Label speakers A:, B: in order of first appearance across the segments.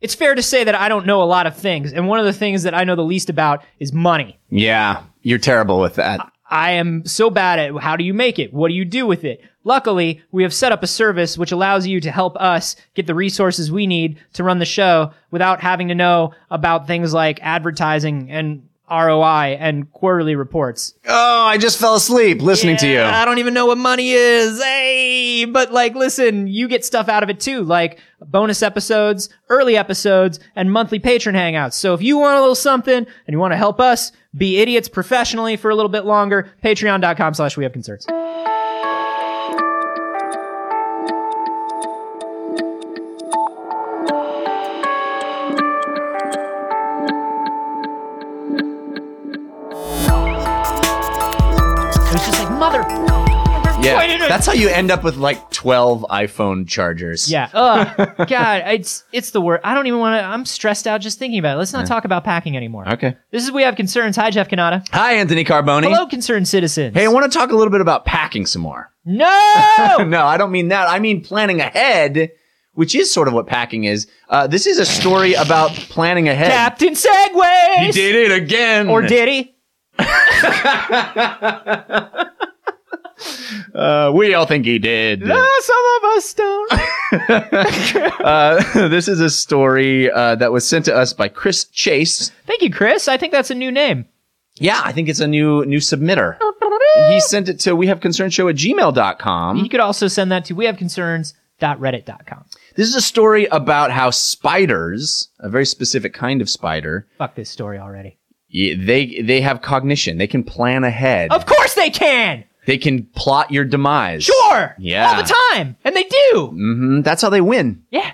A: it's fair to say that I don't know a lot of things, and one of the things that I know the least about is money.
B: Yeah, you're terrible with that.
A: I am so bad at how do you make it? What do you do with it? Luckily, we have set up a service which allows you to help us get the resources we need to run the show without having to know about things like advertising and ROI and quarterly reports.
B: Oh, I just fell asleep listening to you.
A: I don't even know what money is. Hey, but like, listen, you get stuff out of it too, like bonus episodes, early episodes, and monthly patron hangouts. So if you want a little something and you want to help us be idiots professionally for a little bit longer, patreon.com slash we have concerns. It was just like, mother. Why
B: Yeah,
A: did I-
B: that's how you end up with like 12 iPhone chargers.
A: Yeah. Ugh. God, it's it's the worst. I don't even want to. I'm stressed out just thinking about it. Let's not talk about packing anymore.
B: Okay.
A: This is we have concerns. Hi, Jeff Canada.
B: Hi, Anthony Carboni.
A: Hello, concerned citizens.
B: Hey, I want to talk a little bit about packing some more.
A: no.
B: No, I don't mean that. I mean planning ahead, which is sort of what packing is. Uh, this is a story about planning ahead.
A: Captain Segways.
B: He did it again.
A: Or did he?
B: Uh, we all think he did.
A: some of us don't.
B: Uh, this is a story uh, that was sent to us by Chris Chase.
A: Thank you, Chris. I think that's a new name.
B: Yeah, I think it's a new new submitter.
A: Oh,
B: He sent it to we have concern show at gmail.com.
A: You could also send that to we have concerns.reddit.com.
B: This is a story about how spiders, a very specific kind of spider,
A: Fuck this story already.
B: y- they they have cognition. They can plan ahead.
A: Of course they can.
B: They can plot your demise.
A: Sure.
B: Yeah.
A: All the time, and they do.
B: hmm That's how they win.
A: Yeah.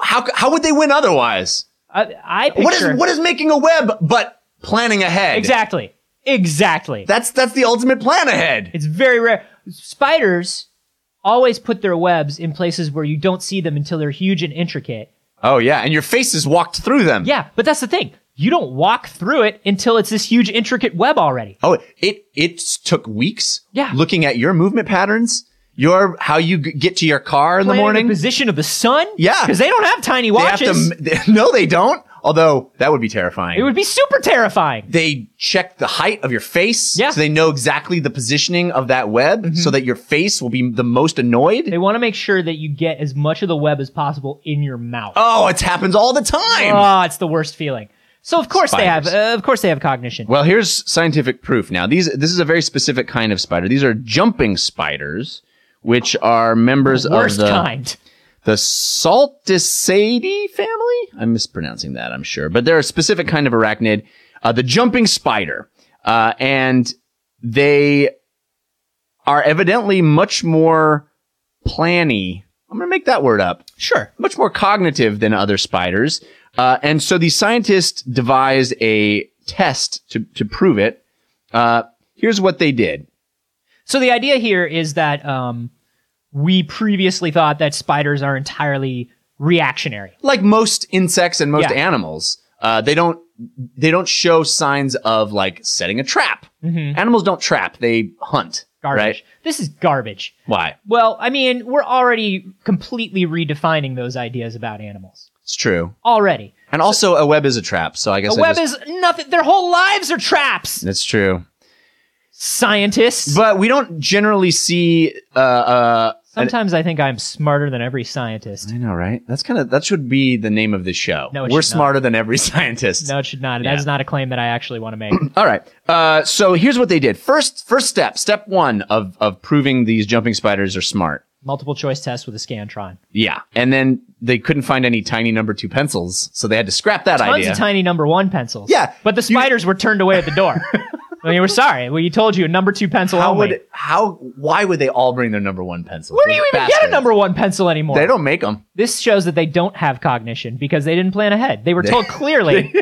B: How how would they win otherwise?
A: I, I picture
B: What is what is making a web but planning ahead?
A: exactly. Exactly.
B: That's that's the ultimate plan ahead.
A: It's very rare. Spiders always put their webs in places where you don't see them until they're huge and intricate.
B: Oh yeah, and your face is walked through them.
A: Yeah, but that's the thing. You don't walk through it until it's this huge intricate web already.
B: Oh, it it took weeks.
A: Yeah.
B: Looking at your movement patterns, your how you g- get to your car in the
A: Planning
B: morning.
A: the position of the sun.
B: Yeah.
A: because they don't have tiny
B: they have to.
A: watches.
B: m- they- no, they don't. Although that would be terrifying.
A: it would be super terrifying.
B: they check the height of your face.
A: Yeah. Mm-hmm.
B: So they know exactly the positioning of that web, so that your face will be the most annoyed.
A: They want to make sure that you get as much of the web as possible in your mouth.
B: oh, it happens all the time.
A: Ah, it's the worst feeling. So of course
B: Spiders.
A: they have. Uh, of course they have cognition.
B: Well, here's scientific proof. Now, these this is a very specific kind of spider. These are jumping spiders, which are members
A: worst
B: of the
A: kind.
B: the Salticidae family. I'm mispronouncing that, I'm sure, but they're a specific kind of arachnid, uh, the jumping spider, uh, and they are evidently much more planny. I'm going to make that word up
A: Sure.
B: much more cognitive than other spiders. Uh, and so the scientists devised a test to, to prove it. Uh, here's what they did.
A: So the idea here is that um, we previously thought that spiders are entirely reactionary.
B: Like most insects and most
A: Yeah.
B: animals, uh, they don't they don't show signs of like setting a trap. Animals don't trap; they hunt.
A: Mm-hmm. Garbage.
B: Right?
A: This is garbage.
B: Why?
A: Well, I mean, we're already completely redefining those ideas about animals.
B: It's true.
A: Already.
B: And also, a web is a trap. So I guess
A: The
B: I
A: web
B: just-
A: is nothing. Their whole lives are traps.
B: That's true.
A: Scientists.
B: But we don't generally see uh, uh,
A: Sometimes I think I'm smarter than every scientist.
B: I know, right? That's kind of that should be the name of this show.
A: No, it
B: we're
A: should not.
B: smarter than every scientist.
A: No, it should not. That is not a claim that I actually want to make.
B: All right. Uh, so here's what they did. First, first step, step one of of proving these jumping spiders are smart.
A: Multiple choice test with a scantron.
B: Yeah, and then they couldn't find any tiny number two pencils, so they had to scrap that
A: Tons
B: idea.
A: of tiny number one pencils.
B: Yeah,
A: But the
B: you-
A: spiders were turned away at the door. I mean, we're sorry. We told you number two pencil
B: how
A: only.
B: would how why would they all bring their number one pencils?
A: Where do you even
B: Those
A: get a
B: bastards.
A: number one pencil anymore?
B: They don't make them.
A: this shows that they don't have cognition because they didn't plan ahead. They were told clearly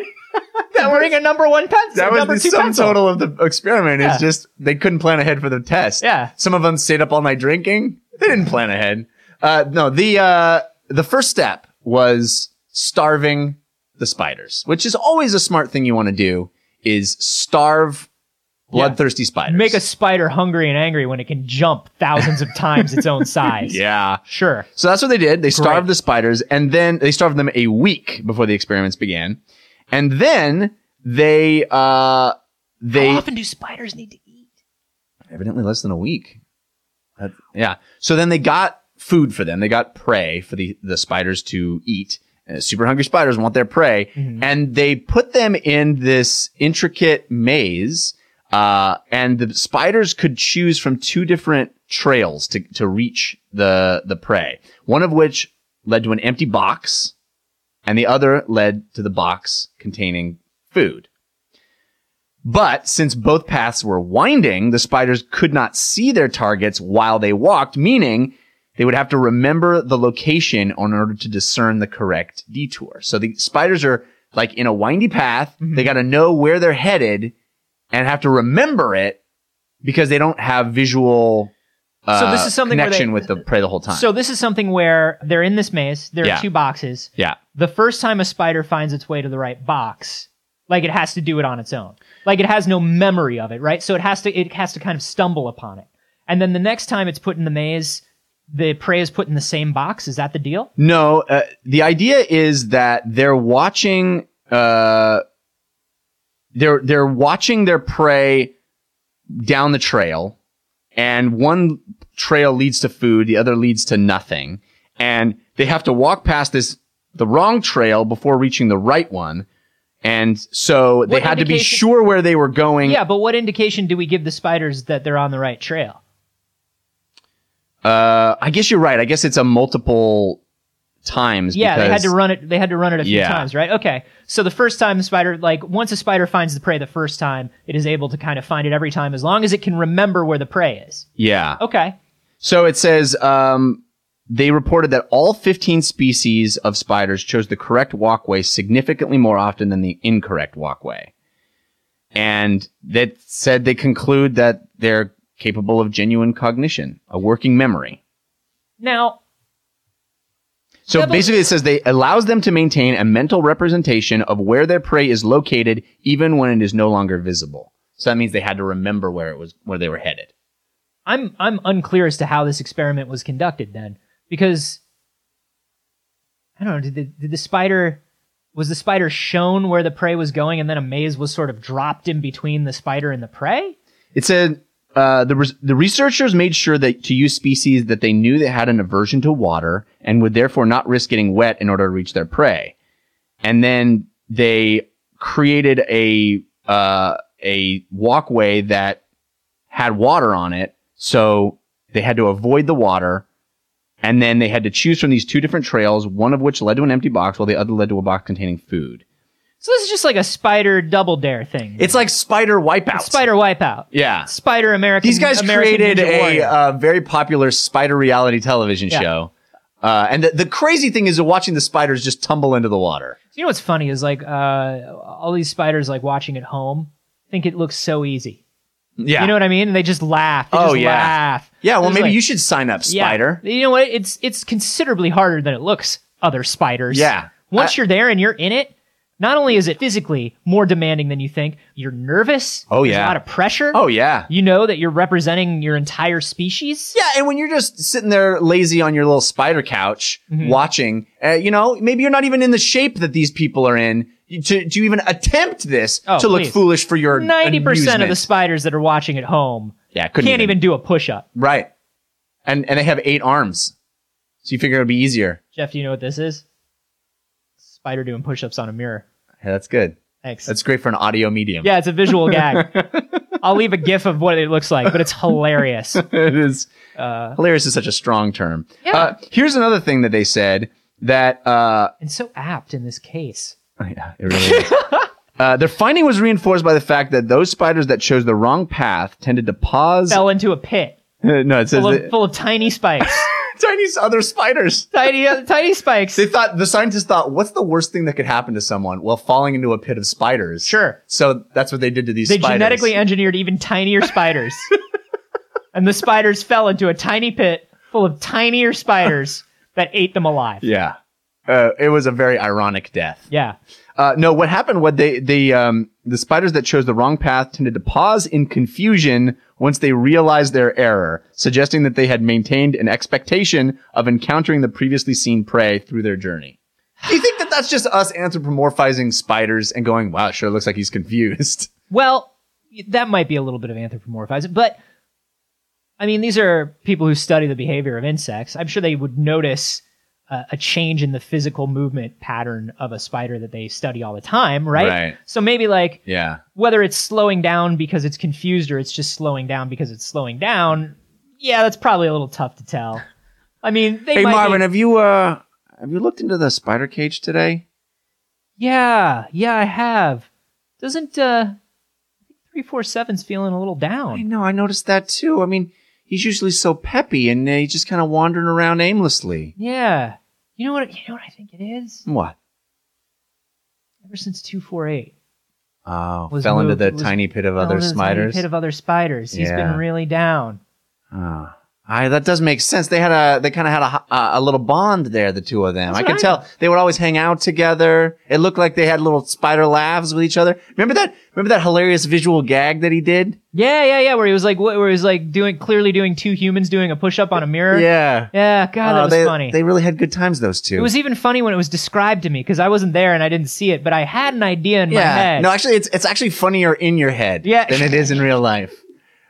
A: that we're a number one pencil.
B: That was
A: number
B: the
A: two
B: sum
A: pencil.
B: total of the experiment.
A: Yeah.
B: Is just they couldn't plan ahead for the test.
A: Yeah.
B: Some of them stayed up all night drinking. They didn't plan ahead. Uh, no, the uh, the first step was starving the spiders, which is always a smart thing you want to do. Is starve Bloodthirsty spiders.
A: Make a spider hungry and angry when it can jump thousands of times its own size.
B: yeah.
A: Sure.
B: So that's what they did. They starved
A: Great.
B: the spiders and then they starved them a week before the experiments began. And then they, uh,
A: How
B: they
A: often do spiders need to eat?
B: evidently less than a week. That- yeah. So then they got food for them. They got prey for the, the spiders to eat. Uh, super hungry spiders want their prey.
A: Mm-hmm.
B: And they put them in this intricate maze. Uh, and the spiders could choose from two different trails to, to reach the, the prey. One of which led to an empty box and the other led to the box containing food. But since both paths were winding, the spiders could not see their targets while they walked, meaning they would have to remember the location in order to discern the correct detour. So the spiders are like in a windy path.
A: Mm-hmm.
B: They got to know where they're headed and have to remember it because they don't have visual uh,
A: So this is something where they-
B: connection with the prey the whole time.
A: So this is something where they're in this maze. There are
B: Yeah.
A: two boxes.
B: yeah.
A: The first time a spider finds its way to the right box, like it has to do it on its own. Like it has no memory of it, right? So it has to it has to kind of stumble upon it. And then the next time it's put in the maze, the prey is put in the same box. Is that the deal?
B: No, uh, the idea is that they're watching. Uh, they're they're watching their prey down the trail, and one trail leads to food, the other leads to nothing, and they have to walk past this the wrong trail before reaching the right one, and so they
A: What
B: had to be
A: indication-
B: sure where they were going.
A: Yeah, but what indication do we give the spiders that they're on the right trail?
B: Uh, I guess you're right. I guess it's a multiple times.
A: Yeah, they had
B: because-
A: to run it. They had to run it a few
B: Yeah.
A: times, right? Okay. So the first time the spider, like once a spider finds the prey the first time, it is able to kind of find it every time as long as it can remember where the prey is.
B: Yeah.
A: Okay.
B: So it says um, they reported that all 15 species of spiders chose the correct walkway significantly more often than the incorrect walkway. And that said, they conclude that they're capable of genuine cognition, a working memory.
A: Now,
B: So
A: Double-
B: basically, it says they allows them to maintain a mental representation of where their prey is located, even when it is no longer visible. So that means they had to remember where it was, where they were headed.
A: I'm I'm unclear as to how this experiment was conducted then, because I don't know. Did the, did the spider was the spider shown where the prey was going, and then a maze was sort of dropped in between the spider and the prey?
B: It said uh, the res- the researchers made sure that to use species that they knew that had an aversion to water and would therefore not risk getting wet in order to reach their prey, and then they created a uh, a walkway that had water on it, so they had to avoid the water. And then they had to choose from these two different trails, one of which led to an empty box, while the other led to a box containing food.
A: So this is just like a spider double dare thing.
B: It's like spider wipeout.
A: spider wipeout.
B: Yeah.
A: Spider American.
B: These guys
A: American
B: created
A: Ninja
B: a
A: Warrior.
B: uh, very popular spider reality television
A: Yeah.
B: show. Uh, and the, the crazy thing is watching the spiders just tumble into the water.
A: you know what's funny is like uh, all these spiders like watching at home think it looks so easy.
B: Yeah.
A: You know what I mean? And they just laugh. They
B: Oh,
A: just
B: yeah.
A: laugh.
B: yeah, well,
A: There's,
B: maybe
A: like-
B: you should sign up,
A: Yeah.
B: spider.
A: You know what? It's it's considerably harder than it looks. Other spiders.
B: Yeah.
A: Once
B: I-
A: you're there and you're in it, not only is it physically more demanding than you think, you're nervous.
B: Oh,
A: There's
B: yeah.
A: A lot of pressure.
B: Oh, yeah.
A: You know that you're representing your entire species.
B: Yeah, and when you're just sitting there lazy on your little spider couch
A: Mm-hmm.
B: watching, uh, you know, maybe you're not even in the shape that these people are in to, to even attempt this
A: Oh,
B: to look
A: please.
B: foolish for your
A: Ninety percent of the
B: amusement.
A: spiders that are watching at home
B: Yeah, couldn't
A: can't even do a push up.
B: Right. And, and they have eight arms. So you figure it would be easier.
A: Jeff, do you know what this is? Spider doing push ups on a mirror.
B: Yeah, that's good.
A: Thanks.
B: That's great for an audio medium.
A: yeah, it's a visual gag. I'll leave a gif of what it looks like, but it's hilarious.
B: it is
A: Uh,
B: hilarious is such a strong term.
A: Yeah.
B: Uh, here's another thing that they said that uh, oh,
A: and so apt in this case.
B: yeah, it really is. Uh, their finding was reinforced by the fact that those spiders that chose the wrong path tended to pause.
A: Fell into a pit
B: no, it says
A: full
B: that-
A: of, full of tiny spikes.
B: tiny s- other spiders.
A: tiny, uh, tiny spikes.
B: They thought the scientists thought, what's the worst thing that could happen to someone? Well, falling into a pit of spiders.
A: Sure.
B: So that's what they did to these.
A: They
B: spiders.
A: genetically engineered even tinier spiders. and the spiders fell into a tiny pit full of tinier spiders that ate them alive.
B: Yeah. uh, it was a very ironic death.
A: Yeah.
B: Uh, no, what happened? was they the um, the spiders that chose the wrong path tended to pause in confusion once they realized their error, suggesting that they had maintained an expectation of encountering the previously seen prey through their journey. Do you think that that's just us anthropomorphizing spiders and going, "Wow, it sure looks like he's confused"?
A: Well, that might be a little bit of anthropomorphizing, but I mean, these are people who study the behavior of insects. I'm sure they would notice uh, a change in the physical movement pattern of a spider that they study all the time, right?
B: Right.
A: So maybe like
B: Yeah,
A: whether it's slowing down because it's confused or it's just slowing down because it's slowing down, yeah, that's probably a little tough to tell. I mean, they
B: Hey
A: might be-
B: Marvin, have you uh have you looked into the spider cage today?
A: yeah, yeah, I have. Doesn't uh, three four seven's feeling a little
B: I
A: down?
B: know, I noticed that too. I mean, he's usually so peppy and uh, he's just kind of wandering around aimlessly.
A: Yeah, you know what? You know what I think it is.
B: What?
A: Ever since two four eight,
B: Oh,
A: Was
B: fell into
A: moved-
B: the
A: was
B: tiny pit of other spiders.
A: pit of other spiders. He's
B: Yeah.
A: been really down.
B: Ah. I, that does make sense. They had a they kind of had a, ho- a a little bond there, the two of them.
A: That's
B: I
A: what
B: could
A: I
B: tell they would always hang out together. It looked like they had little spider laughs with each other. Remember that? Remember that hilarious visual gag that he did?
A: Yeah, yeah, yeah. Where he was like, wh- where he was like doing clearly doing two humans doing a push up on a mirror.
B: Yeah.
A: yeah. God, that
B: Oh,
A: was
B: they,
A: funny.
B: They really had good times. Those two.
A: It was even funny when it was described to me because I wasn't there and I didn't see it, but I had an idea in my head.
B: No, actually, it's it's actually funnier in your head
A: Yeah.
B: than it is in real life.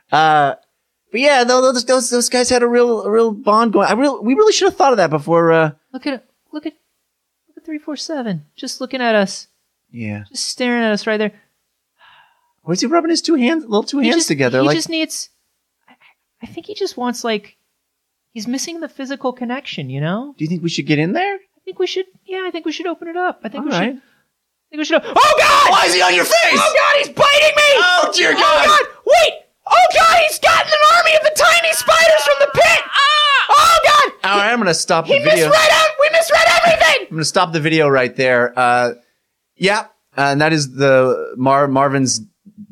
B: Uh, but yeah, tho- those those those guys had a real a real bond going. I real we really should have thought of that before. Uh,
A: look at look at look at three four seven, just looking at us,
B: yeah,
A: just staring at us right there.
B: was he rubbing his two hands, little two
A: He
B: hands
A: just-
B: together?
A: He
B: Like
A: just needs. I- I think he just wants like he's missing the physical connection. You know,
B: do you think we should get in there?
A: I think we should. Yeah, I think we should open it up. I think
B: All
A: we
B: right.
A: should. I think we should. Oh God!
B: Why is he on your face?
A: Oh God! He's biting me!
B: Oh, dear God.
A: Oh God! Wait! Oh God! He's gotten an army of the tiny spiders from the pit! Oh God!
B: All right, I'm gonna stop
A: He
B: the video.
A: misread out. We misread everything.
B: I'm gonna stop the video right there. Uh, yeah, uh, and that is the Mar- Marvin's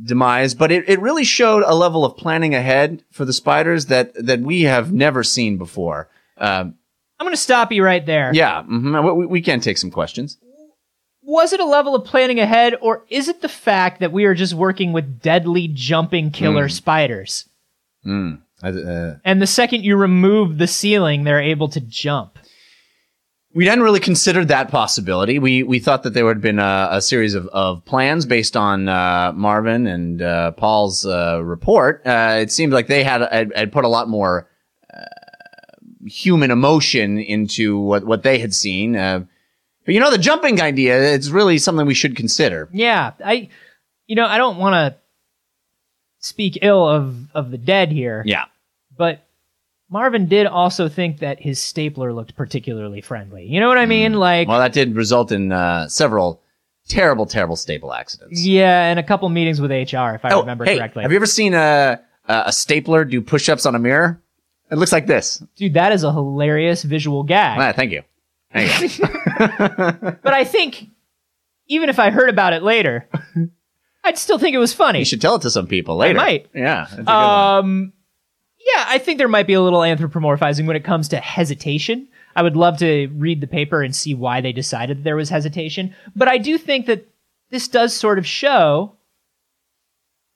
B: demise. But it, it really showed a level of planning ahead for the spiders that that we have never seen before. Um,
A: I'm gonna stop you right there.
B: yeah, mhm, we, we can take some questions.
A: Was it a level of planning ahead, or is it the fact that we are just working with deadly jumping killer
B: Hmm.
A: spiders?
B: Mm, I- uh,
A: And the second you remove the ceiling, they're able to jump.
B: we hadn't really considered that possibility. We we thought that there would have been a, a series of, of plans based on uh, Marvin and uh, Paul's uh, report. Uh, it seemed like they had had, had put a lot more uh, human emotion into what what they had seen. Uh, but you know, the jumping idea it's really something we should consider.
A: Yeah, I, you know, I don't want to speak ill of of the dead here,
B: Yeah.
A: but Marvin did also think that his stapler looked particularly friendly. You know what I mean? Like,
B: Hmm. Well, that did result in uh, several terrible, terrible staple accidents.
A: yeah, and a couple meetings with HR, if I
B: Oh,
A: remember
B: hey,
A: correctly.
B: Have you ever seen a a a stapler do push-ups on a mirror? It looks like this.
A: Dude, that is a hilarious visual gag.
B: Ah, thank you. Thank you.
A: But I think, even if I heard about it later, I'd still think it was funny.
B: You should tell it to some people later.
A: might.
B: Yeah. that's a good one.
A: Um, yeah, I think there might be a little anthropomorphizing when it comes to hesitation. I would love to read the paper and see why they decided that there was hesitation. But I do think that this does sort of show,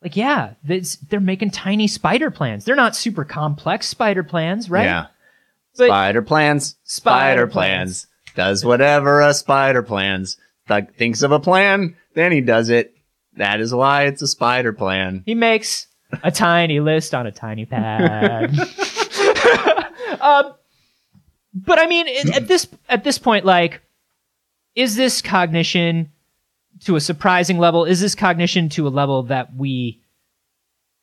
A: like, yeah, this, they're making tiny spider plans. They're not super complex spider plans, right?
B: Yeah.
A: But-
B: spider plans. Spider
A: Spider
B: plans. Does whatever a spider plans. Thug thinks of a plan, then he does it. That is why it's a spider plan.
A: He makes a tiny list on a tiny pad. um, but I mean, at, at this at this point, like, is this cognition to a surprising level? Is this cognition to a level that we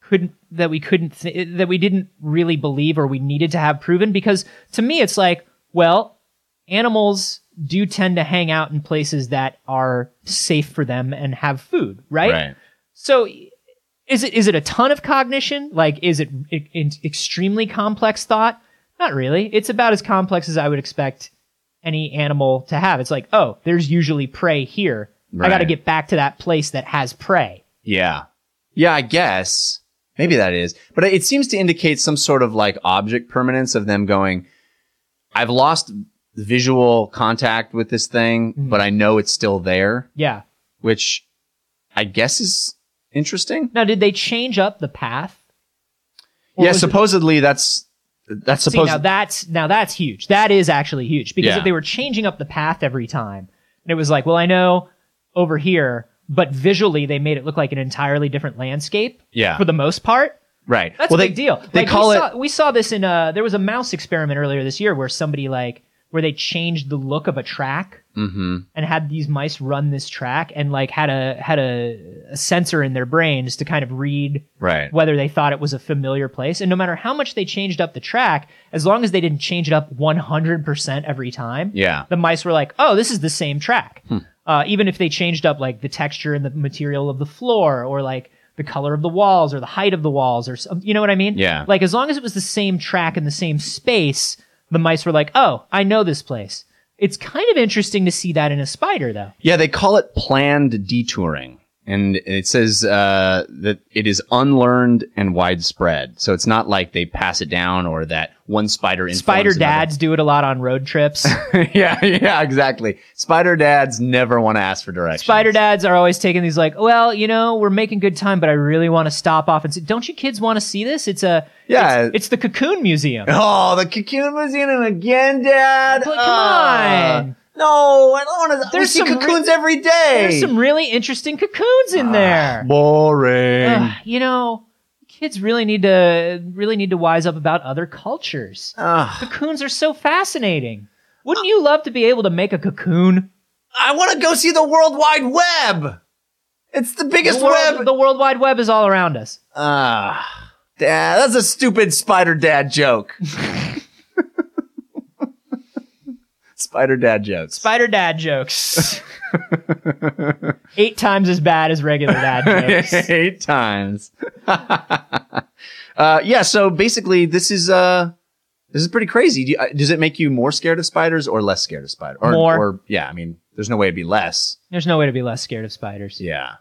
A: couldn't that we couldn't th- that we didn't really believe or we needed to have proven? Because to me, it's like, well, animals do tend to hang out in places that are safe for them and have food, so is it is it a ton of cognition? Like is it, e- e- extremely complex thought? Not really. It's about as complex as I would expect any animal to have. It's like, oh, there's usually prey here. I got to
B: Right.
A: get back to that place that has prey.
B: Yeah. Yeah, I guess. Maybe that is. But it seems to indicate some sort of like object permanence of them going, I've lost visual contact with this thing,
A: Mm-hmm.
B: but I know it's still there,
A: Yeah.
B: which I guess is interesting.
A: Now, did they change up the path? Or
B: yeah,
A: was it-
B: supposedly that's that's
A: See,
B: supposed.
A: now that's now that's huge. That is actually huge because
B: Yeah.
A: if they were changing up the path every time, and it was like, well, I know over here, but visually they made it look like an entirely different landscape
B: yeah,
A: for the most part.
B: right.
A: That's a
B: well, they,
A: big deal.
B: They
A: Like,
B: call
A: we
B: it.
A: Saw, we saw this in a. There was a mouse experiment earlier this year where somebody like where they changed the look of a track
B: hmm
A: and had these mice run this track and like had a had a, a sensor in their brains to kind of read
B: Right.
A: whether they thought it was a familiar place. And no matter how much they changed up the track, as long as they didn't change it up 100% every time,
B: Yeah.
A: the mice were like, oh, this is the same track.
B: Hmm.
A: Uh, even if they changed up like the texture and the material of the floor or like the color of the walls or the height of the walls or some, you know what I mean?
B: Yeah.
A: Like as long as it was the same track and the same space, the mice were like, oh, I know this place. It's kind of interesting to see that in a spider though.
B: Yeah, they call it planned detouring. And it says uh, that it is unlearned and widespread. So it's not like they pass it down or that one spider informs
A: Spider
B: another.
A: dads do it a lot on road trips.
B: yeah, yeah, exactly. Spider dads never want to ask for directions.
A: Spider dads are always taking these like, well, you know, we're making good time, but I really want to stop off and say, don't you kids want to see this? It's a
B: Yeah.
A: it's, it's the Cocoon Museum.
B: Oh, the cocoon was in him again, Dad.
A: But come
B: Uh,
A: on.
B: No, I don't want to.
A: There's
B: we see
A: some
B: cocoons every day.
A: There's some really interesting cocoons
B: Ah,
A: in there.
B: boring.
A: Ugh, you know, kids really need to really need to wise up about other cultures.
B: Ugh.
A: Cocoons are so fascinating. Wouldn't you love to be able to make a cocoon?
B: I want to go see the World Wide Web. It's the biggest
A: the, world,
B: web.
A: the World Wide Web is all around us.
B: Ah, dad, that's a stupid spider dad joke. spider dad jokes.
A: Spider dad jokes. Eight times as bad as regular dad jokes.
B: Eight times. uh, yeah. So basically, this is uh, this is pretty crazy. Do you, uh, does it make you more scared of spiders or less scared of spiders? Or,
A: More.
B: Or yeah, I mean, there's no way it'd be less.
A: There's no way to be less scared of spiders.
B: Yeah.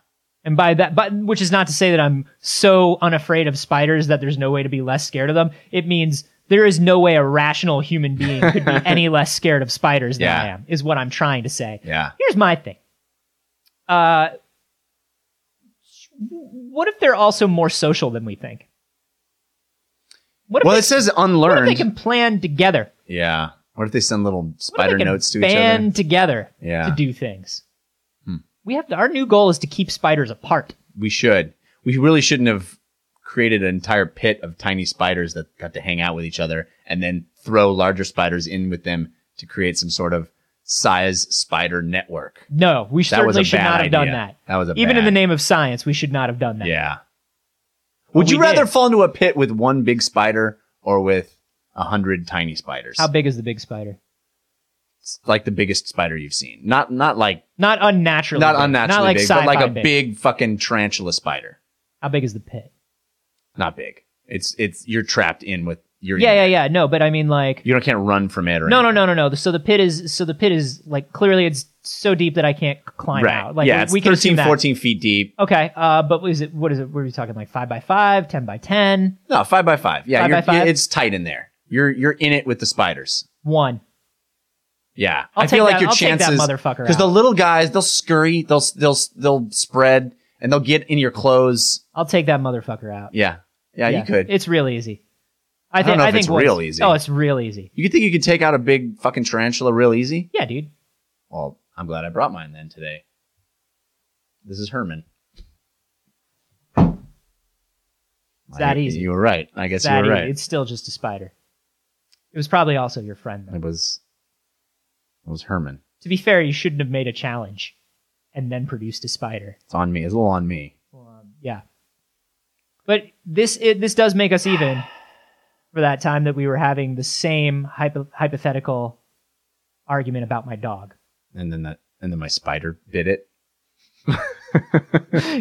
A: And by that, but which is not to say that I'm so unafraid of spiders that there's no way to be less scared of them. It means there is no way a rational human being could be any less scared of spiders than
B: Yeah.
A: I am, is what I'm trying to say.
B: Yeah.
A: Here's my thing. Uh, what if they're also more social than we think? What if,
B: Well,
A: they,
B: it says
A: what if
B: unlearned.
A: they can plan together?
B: yeah. What if they send little
A: What if
B: spider
A: they can
B: notes to each
A: band
B: other?
A: together
B: Yeah. Hmm.
A: to do things? We have to, our new goal is to keep spiders apart.
B: We should. We really shouldn't have created an entire pit of tiny spiders that got to hang out with each other and then throw larger spiders in with them to create some sort of size spider network.
A: No, we
B: That was
A: certainly
B: a
A: should
B: bad
A: not have done
B: idea.
A: that.
B: That was a
A: Even in
B: bad-
A: the name of science, we should not have done that.
B: Yeah. Would
A: But
B: you
A: we
B: rather
A: did.
B: fall into a pit with one big spider or with a hundred tiny spiders?
A: How big is the big spider?
B: It's like the biggest spider you've seen. Not not like
A: Not unnaturally.
B: not
A: big.
B: unnaturally
A: Not like
B: big, but like
A: sci-fi
B: a big fucking tarantula spider.
A: How big is the pit?
B: Not big. It's it's you're trapped in with your
A: Yeah, yeah, yeah. No, but I mean like
B: You don't can't run from it or
A: no,
B: anything.
A: no, no, no, no. So the pit is so the pit is like clearly it's so deep that I can't c- climb
B: right.
A: out. Like
B: yeah,
A: we,
B: it's
A: we can assume
B: 13,
A: that.
B: 14 feet deep.
A: Okay, uh, but what is it? What is it? What are we talking? Like five by five, ten by ten,
B: No, five by five. Yeah,
A: Five
B: you're,
A: by five?
B: yeah, it's tight in there. You're you're in it with the spiders.
A: one.
B: Yeah,
A: I'll
B: I feel
A: take
B: like
A: that-
B: your
A: I'll take that
B: chances
A: motherfucker
B: because the
A: out.
B: little guys they'll scurry, they'll they'll they'll spread and they'll get in your clothes.
A: I'll take that motherfucker out.
B: Yeah, yeah, you could.
A: It's real easy. I,
B: don't
A: think.
B: know
A: I
B: if
A: think
B: it's
A: once-
B: real easy.
A: Oh, it's real easy.
B: you could think you could take out a big fucking tarantula real easy.
A: Yeah, dude.
B: Well, I'm glad I brought mine then today. This is Herman.
A: It's that
B: I-
A: easy.
B: You were right. I guess you
A: that
B: were
A: easy.
B: right.
A: It's still just a spider. It was probably also your friend. Though.
B: It was it was Herman.
A: To be fair, you shouldn't have made a challenge and then produced a spider.
B: It's on me. It's a little on me.
A: Um, yeah, but this it, this does make us even for that time that we were having the same hypo- hypothetical argument about my dog.
B: And then that and then my spider bit it.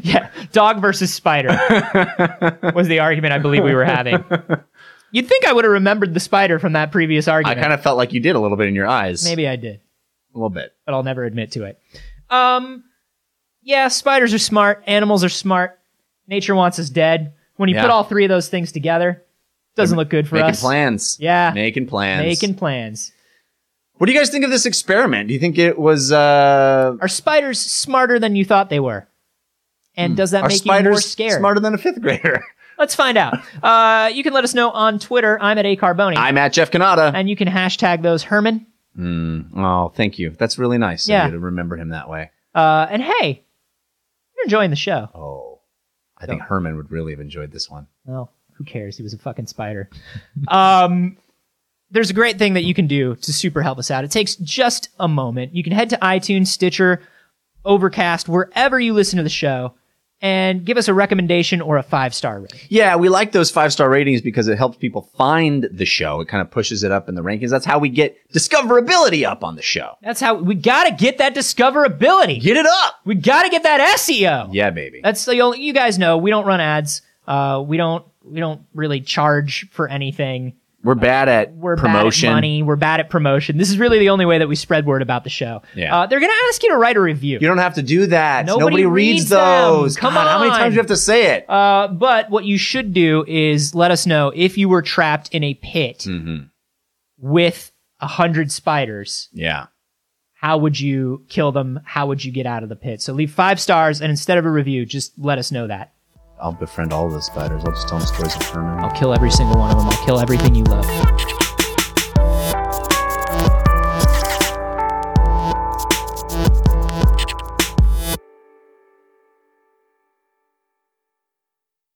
A: yeah, dog versus spider was the argument I believe we were having. You'd think I would have remembered the spider from that previous
B: I
A: argument.
B: kind of felt like you did a little bit in your eyes.
A: Maybe I did.
B: a little bit.
A: but I'll never admit to it. Um, yeah, spiders are smart. Animals are smart. Nature wants us dead. When you
B: Yeah.
A: put all three of those things together, doesn't look good for
B: Making
A: us.
B: plans.
A: Yeah,
B: Making plans.
A: making plans.
B: What do you guys think of this experiment? Do you think it was uh,
A: Are spiders smarter than you thought they were? And does that
B: Hmm. are
A: make you more
B: spiders
A: scared?
B: smarter than a fifth grader?
A: Let's find out. Uh, you can let us know on Twitter. I'm at A Carboni.
B: I'm at Jeff Canada.
A: and you can hashtag those Herman.
B: Oh, thank you. That's really nice
A: Yeah.
B: of you to remember him that way.
A: Uh, and hey, you're enjoying the show.
B: Oh, I think Herman would really have enjoyed this one.
A: Well, who cares? He was a fucking spider. um, there's a great thing that you can do to super help us out. It takes just a moment. You can head to iTunes, Stitcher, Overcast, wherever you listen to the show, and give us a recommendation or a five star rating.
B: Yeah, we like those five star ratings because it helps people find the show. It kind of pushes it up in the rankings. That's how we get discoverability up on the show.
A: That's how we gotta get that discoverability.
B: Get it up.
A: We gotta get that SEO.
B: Yeah, baby.
A: That's the only you guys know. We don't run ads. Uh, we don't we don't really charge for anything.
B: We're bad at
A: We're
B: promotion.
A: bad at money. We're bad at promotion. This is really the only way that we spread word about the show.
B: Yeah.
A: Uh, they're gonna ask you to write a review.
B: You don't have to do that.
A: Nobody
B: Nobody, reads,
A: reads them.
B: those.
A: Come
B: God, How many
A: on.
B: times do you have to say it?
A: Uh, but what you should do is let us know if you were trapped in a pit
B: Mm-hmm.
A: with a hundred spiders.
B: yeah.
A: How would you kill them? How would you get out of the pit? So leave five stars, and instead of a review, just let us know that.
B: I'll befriend all the spiders. I'll just tell them stories of Herman.
A: I'll kill every single one of them. I'll kill everything you love.